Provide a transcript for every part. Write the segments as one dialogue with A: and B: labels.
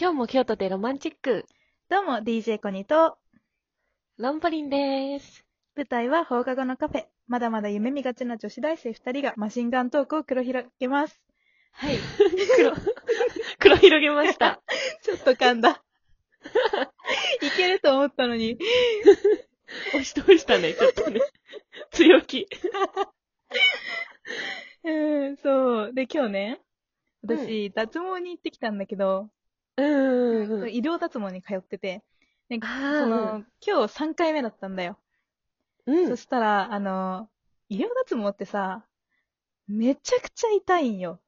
A: 今日も京都でロマンチック、
B: どうも、DJ コニーと、
A: ランポリンです。
B: 舞台は放課後のカフェ。まだまだ夢見がちな女子大生二人がマシンガントークを繰り広げます。はい。
A: 黒、黒広げました。
B: ちょっと噛んだ。 いけると思ったのに。
A: 押し通したね、ちょっとね。強気。
B: うん、そう。で、今日ね、私、脱毛に行ってきたんだけど、
A: うーん。
B: 医療脱毛に通ってて、
A: あ
B: そ
A: ー
B: の、今日3回目だったんだよ。
A: うん。う
B: そ
A: ん。
B: したら、あの、医療脱毛ってさ、めちゃくちゃ痛いんよ。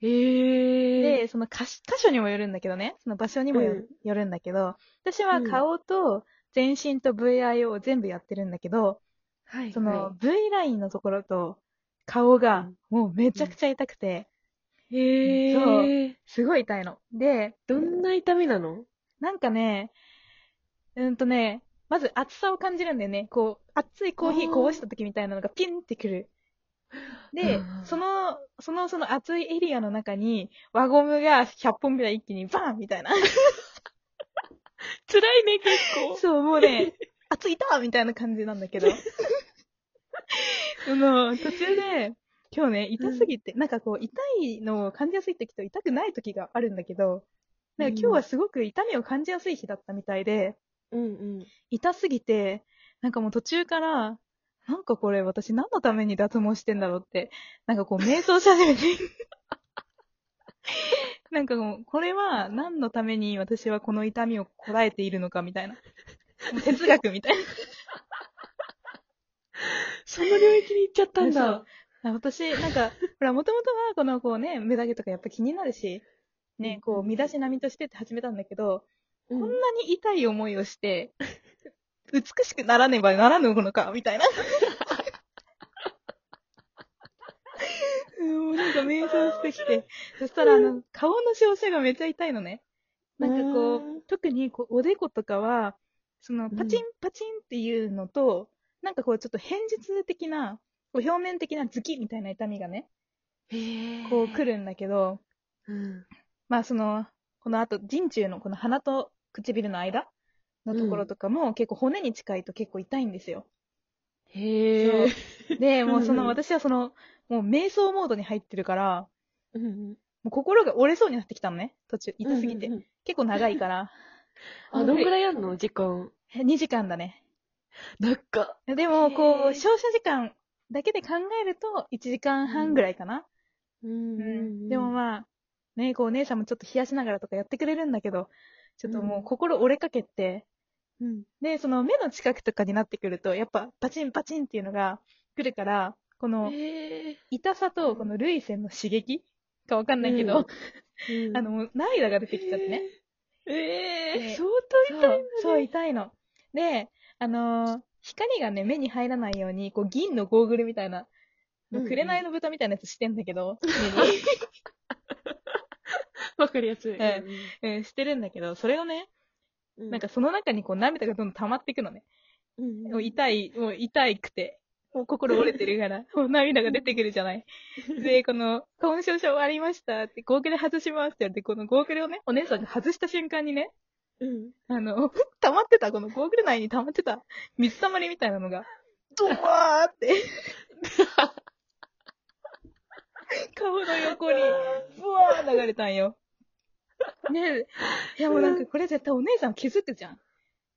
A: へえ。
B: で、その箇所箇所にもよるんだけどね、その場所にもよ,、
A: うん
B: よるんだけど、私は
A: うん
B: 顔と全身と VIO を全部やってるんだけど、
A: はい。
B: その V ラインのところと顔がもうめちゃくちゃ痛くて、
A: い、へえ。
B: すごい痛いの。で、
A: どんな痛みなの
B: なんかね、うんとね、まず熱さを感じるんだよね。こう、熱いコーヒーこぼした時みたいなのがピンってくる。で
A: うん、
B: その、その、その熱いエリアの中に、輪ゴムが100本ぐらい一気にバーンみたいな。
A: 辛いね、結
B: そう、もうね、 あ、ついたみたいな感じなんだけど。 その、途中で、今日ね、痛すぎて、なんかこう、痛いのを感じやすい時と痛くない時があるんだけど、なんか今日はすごく痛みを感じやすい日だったみたいで、
A: 構。うんうん。
B: 痛すぎて、なんかもう途中から、なんかこれ私何のために脱毛してんだろうって、なんかこう瞑想し始めて。 なんかもう、これは何のために私はこの痛みをこらえているのかみたいな。もう哲学みたい
A: その領域に行っちゃったん
B: そ
A: だ
B: う。な。 私、なんか、ほら、もともとはこのこうね、目だけとかやっぱ気になるし、ね、こう、身だしなみとしてって始めたんだけど、
A: うん
B: こんなに痛い思いをして、美しくならねばならぬものか、みたいな。 うんもうなんか瞑想してきて。そしたら、あの、顔の照射がめっちゃ痛いのね。なんかこう
A: うん、
B: 特にこうおでことかは、その、パチン
A: う
B: パチンっていうのと、なんかこう、ちょっと偏頭痛的な、こう表面的なズキみたいな痛みがね、
A: へえ。
B: こう来るんだけど、
A: うん。
B: まあその、この後、人中のこの鼻と唇の間のところとかも、結構骨に近いと結構痛いんですよ。
A: へえ。
B: で、もうそ
A: うんうん
B: の私はその、もう瞑想モードに入ってるから、
A: うん
B: もう心が折れそうになってきたのね、途中、痛すぎて。
A: うんうんうん
B: 結構長いから。
A: あ、どんく
B: い
A: らいやんの時間。
B: ?2 時間だね。
A: なんか。
B: でも、こ
A: へー
B: う、照射時間だけで考えると、1時間半ぐらいかな。
A: う
B: うんでもまあ、ね、こう、お姉さんもちょっと冷やしながらとかやってくれるんだけど、ちょっともう心折れかけて、
A: うん。
B: で、その目の近くとかになってくると、やっぱパチンパチンっていうのが来るから、この
A: へえ。
B: 痛さとこの涙腺の刺激かわかんないけ
A: うん
B: ど、
A: うん
B: あの、もう涙が出てきちゃってね。
A: ええ
B: ね
A: 相
B: そ
A: 当痛いんだ
B: う
A: ね。、
B: そう痛いの。で、あのー光がね、目に入らないように、こう、銀のゴーグルみたいな、
A: うんうん
B: 紅の豚みたいなやつしてんだけど、
A: わかりやすい。
B: え 目に、うん、してるんだけど、それをね、
A: うん
B: なんか、その中にこう、涙がどんどん溜まってくのね。
A: うん
B: もう痛い、もう痛いくて、もう心折れてる から、もう涙が出てくるじゃない。で、この、今照終わりましたって、ゴーグル外しますって言われて、このゴーグルをね、お姉さんが外した瞬間にね、
A: うん
B: あの、溜まってた、このゴーグル内に溜まってた、水溜まりみたいなのが、ドバーって、顔の横に、ブワー流れたんよ。ねいやもうなんかこれ絶対お姉さん気づくじゃん。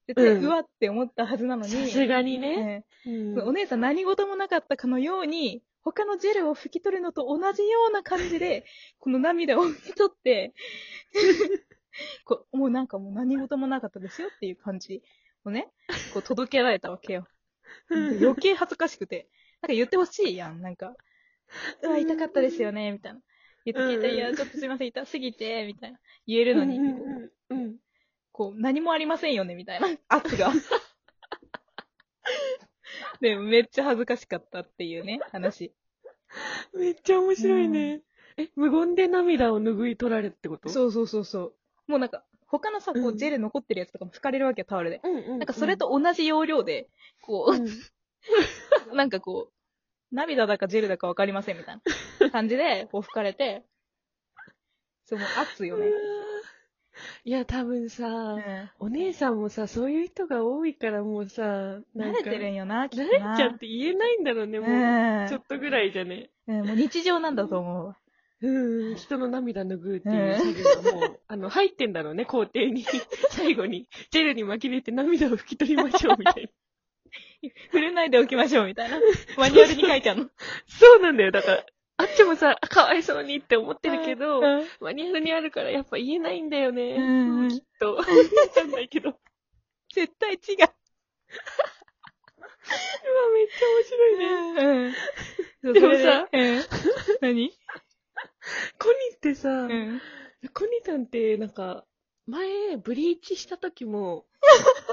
B: 絶対、
A: うん
B: うわって思ったはずなのに。
A: さすがにね。
B: ね
A: うん
B: お姉さん何事もなかったかのように、他のジェルを拭き取るのと同じような感じで、この涙を拭き取って、 こうもうなんかもう何事もなかったですよっていう感じをね、こう届けられたわけよ。余計恥ずかしくて。なんか言ってほしいやん、なんか。うわ、痛かったですよね、みたいな。言って聞いた、いや、ちょっとすいません、痛すぎて、みたいな。言えるのに、
A: うんうんうん。
B: こう、何もありませんよね、みた いな。圧が。 でも、めっちゃ恥ずかしかったっていうね、話。
A: めっちゃ面白いね。え、無言で涙を拭い取られるってこと
B: そうそうそうそう。もうなんか、他のさ、こ
A: うん
B: う、ジェル残ってるやつとかも拭かれるわけよ、タオルで。
A: うんうんうん。
B: なんか、それと同じ要領で、
A: う
B: こ
A: ん、
B: う、 なんかこう、涙だかジェルだかわかりませんみたいな感じで、こう、拭かれて、そう、もう圧よね
A: う。わいや、多分
B: う
A: さ、
B: ん
A: お姉さんもさ、そういう人が多いからもうさ、な
B: 慣
A: んか
B: れてるんよな、きっ
A: 慣
B: と
A: れ
B: な。
A: ちゃって言えないんだろうね、もう。ちょっとぐらいじゃね。
B: うん。うん、もう日常なんだと思 うわ。
A: うん、人の涙拭うっていう作業がもう、あの、入ってんだろうね、工程 に。最後に、ジェルに紛れて涙を拭き取りましょう、みたいな。
B: 触れないでおきましょう、みたいな。マニュアルに書いてあるの。
A: そうなんだよ、だから。あっちもさ、かわいそうにって思ってるけど、
B: うん
A: マニュアルにあるからやっぱ言えないんだよね。
B: うんうん
A: きっと。わかんないけど。うわ、
B: 絶対違う。
A: めっちゃ面白いね。
B: うんそう
A: でもさ
B: それでうん何
A: コニーってさ、
B: うん。
A: コニタンって、なんか、前、ブリーチした時 も、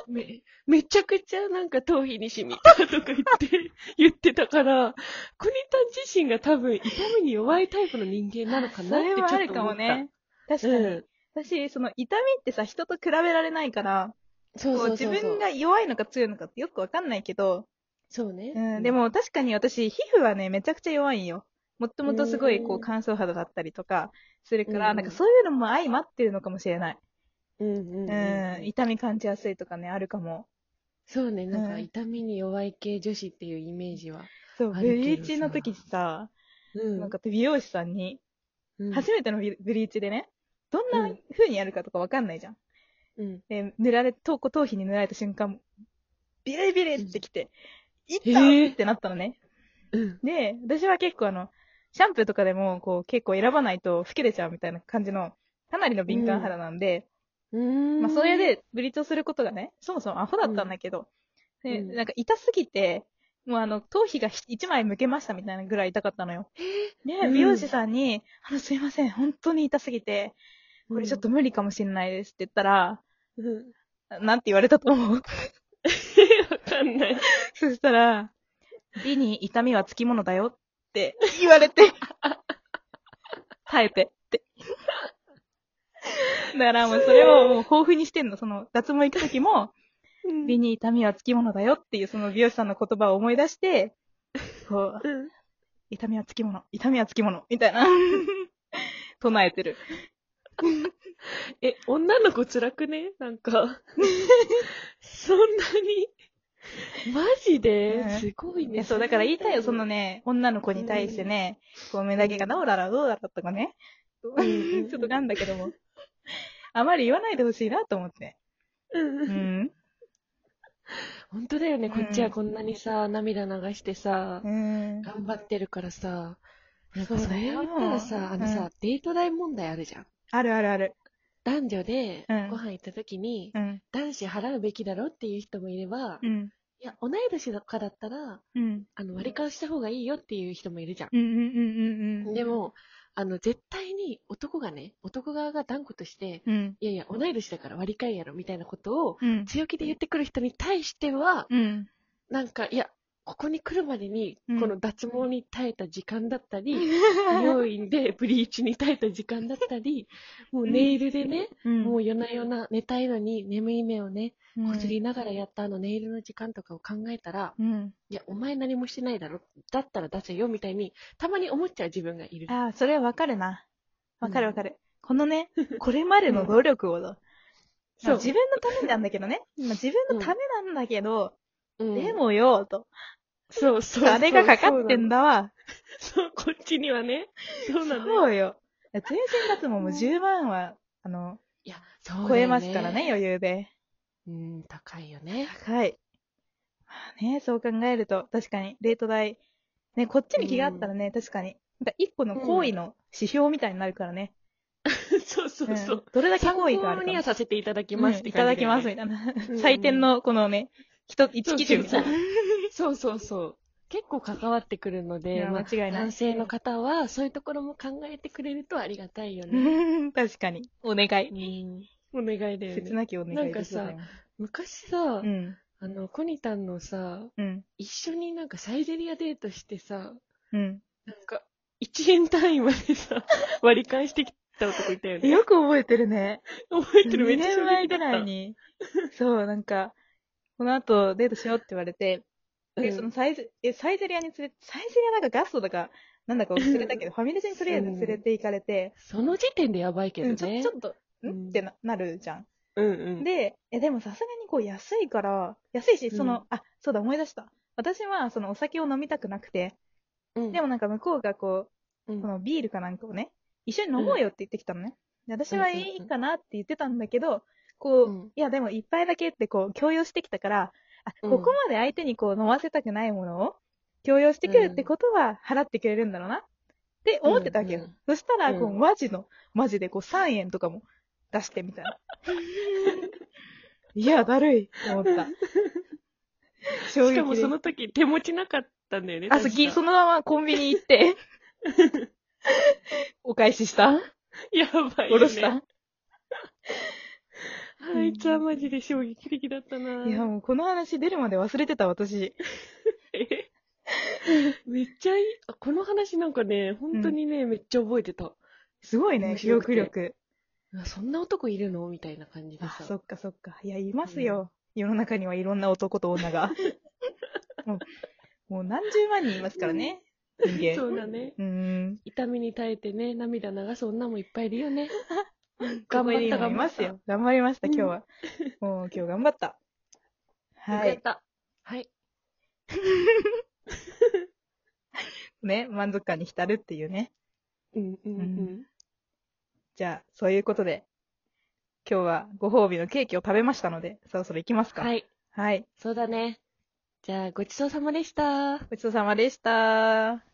A: め、めちゃくちゃなんか頭皮に染みたとか言 って、言ってたから、コニタン自身が多分痛みに弱いタイプの人間なのかな
B: そ
A: って
B: れ
A: ちょ
B: も
A: っと思った。
B: あるかもね。確か
A: う
B: に。
A: ん。
B: 私、その痛みってさ、人と比べられないから、
A: そ
B: こ
A: う
B: う
A: そうそう
B: 自
A: そう。
B: 分が弱いのか強いのかってよくわかんないけど、
A: そうね。
B: うん、で、も確かに私、皮膚はね、めちゃくちゃ弱いんよ。もともとすごいこう乾燥肌だったりとかするから、
A: うん
B: なんかそういうのも相まってるのかもしれない。
A: うんうん、
B: う、
A: うんん。
B: 痛み感じやすいとかね、あるかも。
A: そうね、なん
B: う
A: か
B: ん
A: 痛みに弱い系女子っていうイメージは。
B: そう、
A: ある
B: ブ
A: けどさ
B: リーチの時さ、
A: うん
B: なんか美容師さんに、
A: うん
B: 初めてのブリーチでね、どん
A: う
B: なん風にやるかとかわかんないじゃん。
A: うん。
B: で、塗られ、頭頭皮に塗られた瞬間、ビリビリってきて、いっ
A: へ
B: た
A: ー
B: ってなったのね。
A: うん。
B: で、私は結構あの、シャンプーとかでも、こう、結構選ばないと老けれちゃうみたいな感じの、かなりの敏感肌なんで、
A: うん。
B: まあ、それ、でブリーチをすることがね、そもそもアホだったんだけど、
A: うん
B: で
A: うん
B: なんか痛すぎて、もうあの、頭皮がひ一枚むけましたみたいなぐらい痛かったのよ。で、
A: うん
B: 美容師さんに、あの、すいません、本当に痛すぎて、これちょっと無理かもしれないですって言ったら、
A: うん。うん。
B: なんて言われた と思う
A: わかんない。
B: そしたら、美に痛みはつきものだよって言われて、耐えてって。だからもうそれをもう豊富にしてんの。その脱毛行く時も、
A: うん
B: 美に痛みはつきものだよっていうその美容師さんの言葉を思い出して、こう、
A: うん。
B: 痛みはつきもの、痛みはつきもの、みた いな。唱えてる。
A: え、女の子辛くねなん か。そんなに。マジで
B: ね
A: すごい
B: いや
A: ね。
B: そう、だから言いたいよ、その
A: ね。
B: ね、女の子に対してね、こう、目だけが治ららどうだろうとかね、
A: んうん
B: ちょっとなんだけども、あまり言わないでほしいなと思って。
A: うん
B: う。ん。
A: 本当だよね。こっち
B: う
A: は
B: ん
A: こんなにさ、涙流してさ、
B: うん。
A: 頑張ってるからさ。なん
B: そう
A: かそ
B: だ
A: れ
B: よ
A: 言ったらさ、あの
B: う
A: さ、デート代問題あるじゃん。
B: あるあるある。
A: 男女で
B: うん
A: ご飯行った時に、
B: うん。
A: 男子払うべきだろっていう人もいれば、
B: う
A: い
B: ん。
A: や、同い年とかだったら、
B: うん。
A: あの、割り勘した方がいいよっていう人もいるじゃん。
B: うんうんうんうんうん。
A: で、も、あの、絶対に男がね、男側が断固として、
B: うん。
A: いやいや、同い年だから割り勘やろ、みたいなことを、
B: うん。
A: 強気で言ってくる人に対しては、
B: うん。
A: なんか、いや、ここに来るまでに
B: うん、
A: この脱毛に耐えた時間だったり、 美容院でブリーチに耐えた時間だったり、もうネイルでね、
B: うん
A: もう夜な夜な寝たいのに眠い目をね、
B: うん、
A: こすりながらやったあのネイルの時間とかを考えたら、
B: うん。
A: いや、お前何もしてないだろ、だったら出せよ、みたいに、たまに思っちゃう自分がいる。
B: ああ、それはわかるな。わかるわかる。このね、これまでの努力を、まあ自分のためなんだけどね。まあ自分のためなんだけ
A: うん
B: ど、でもよ、と。
A: そうそうそう。
B: あれがかかってん
A: だ。
B: だわ。
A: そう、こっちにはね。そうなのよ。
B: そうよ。全身脱毛も10万は、あの、
A: いや、そうだよね
B: 超えますからね、。余裕で。
A: うん、高いよね。
B: 高い。まあね、そう考えると、確かに、デート代。ね、こっちに気があったらね、確かに。なんか一個の行為の指標みたいになるからね。
A: そうそ
B: ん
A: うそう。
B: どれだけ
A: 参
B: 行為があ
A: 考
B: るか。
A: にはさせていただき
B: う
A: ま
B: ん
A: すって
B: いた
A: 感
B: だ
A: じ
B: き
A: よね
B: ます、みたいな。
A: んうん
B: 採点の、このね、一、一基準みたいな。
A: そうそうそう。結構関わってくるの
B: い
A: で、
B: や
A: ま
B: 間
A: あ
B: 違いない
A: 男。性の方は、そういうところも考えてくれるとありがたいよね。
B: うん 確かに。お願い。
A: お願いだよね。
B: 切なきお願いでございます。
A: 昔さ
B: う、ん。
A: あの、コニタンのさ、
B: うん。
A: 一緒になんかサイゼリアデートしてさ、
B: うん。
A: なんか、1円単位までさ、割り返してきた男いたよね。
B: よく覚えてるね。
A: 覚えてる、め
B: 2
A: っちゃ
B: 年
A: 衝
B: 前
A: 撃だ
B: ぐ
A: った
B: らい。に、そう、なんか、この後デートしようって言われて、で、そのサイズ、え、サイゼリアに連れ、サイゼリアなんかガストだか、なんだか忘れたけど、ファミレスにとりあえず連れて行かれて、
A: その時点でやばいけど
B: う
A: ね。
B: んちょちょっと、ん、
A: うん
B: ってななるじゃん。
A: うんうん。
B: で、えでもさすがにこう安いから、安いし、そ
A: う
B: の、
A: ん
B: あ、そうだ、思い出した。私はそのお酒を飲みたくなくて、
A: うん、
B: でもなんか向こうがこ
A: う
B: う、
A: ん、
B: このビールかなんかをね、一緒に飲もうよって言ってきたのね。で私は
A: うんうんうん
B: いいかなって言ってたんだけど、こう、
A: うん
B: いやでも一杯だけってこう、強要してきたから、あ、
A: うん
B: ここまで相手にこう飲ませたくないものを強要してくるってことは払ってくれるんだろうなって思ってたわけよ。
A: うんうん
B: そしたら、こう、
A: うん
B: マジの、マジでこう3円とかも出してみた いな。いや、だるいって思った。衝撃で
A: しかもその時手持ちなかったんだよね。
B: あ、
A: 確か
B: 次、そのままコンビニ行って、 お返しした
A: やばいよ、ね。
B: おろした
A: あいつはマジで衝撃的だったな。
B: いや、もうこの話出るまで忘れてた、私。
A: えめっちゃいい。あこの話なんかね、本当にね、めっちゃ覚えてた。
B: すごいね、
A: 面
B: 記
A: 白くて
B: 憶力。
A: うわそんな男いるのみたいな感じで
B: あ
A: さ。、
B: そっかそっか。いや、いますよ。世の中にはいろんな男と女 が。もうもう何十万人いますからね、人間。
A: そうだね。
B: うーん。
A: 痛みに耐えてね、涙流す女もいっぱいいるよ ね。
B: 頑
A: 頑
B: 張
A: 張
B: り
A: った頑張
B: ま
A: っ
B: す
A: た。
B: よ。頑張りました、今日は。もう今日頑張った。は
A: よか
B: い
A: っ。た。はい。
B: ね、満足感に浸るっていうね。
A: うんうんうん。
B: じゃあ、そういうことで、今日はご褒美のケーキを食べましたので、そろそろ行きますか。。
A: はいい。
B: はい。
A: そうだね。じゃあ、ごちそうさまでした。
B: ごちそうさまでした。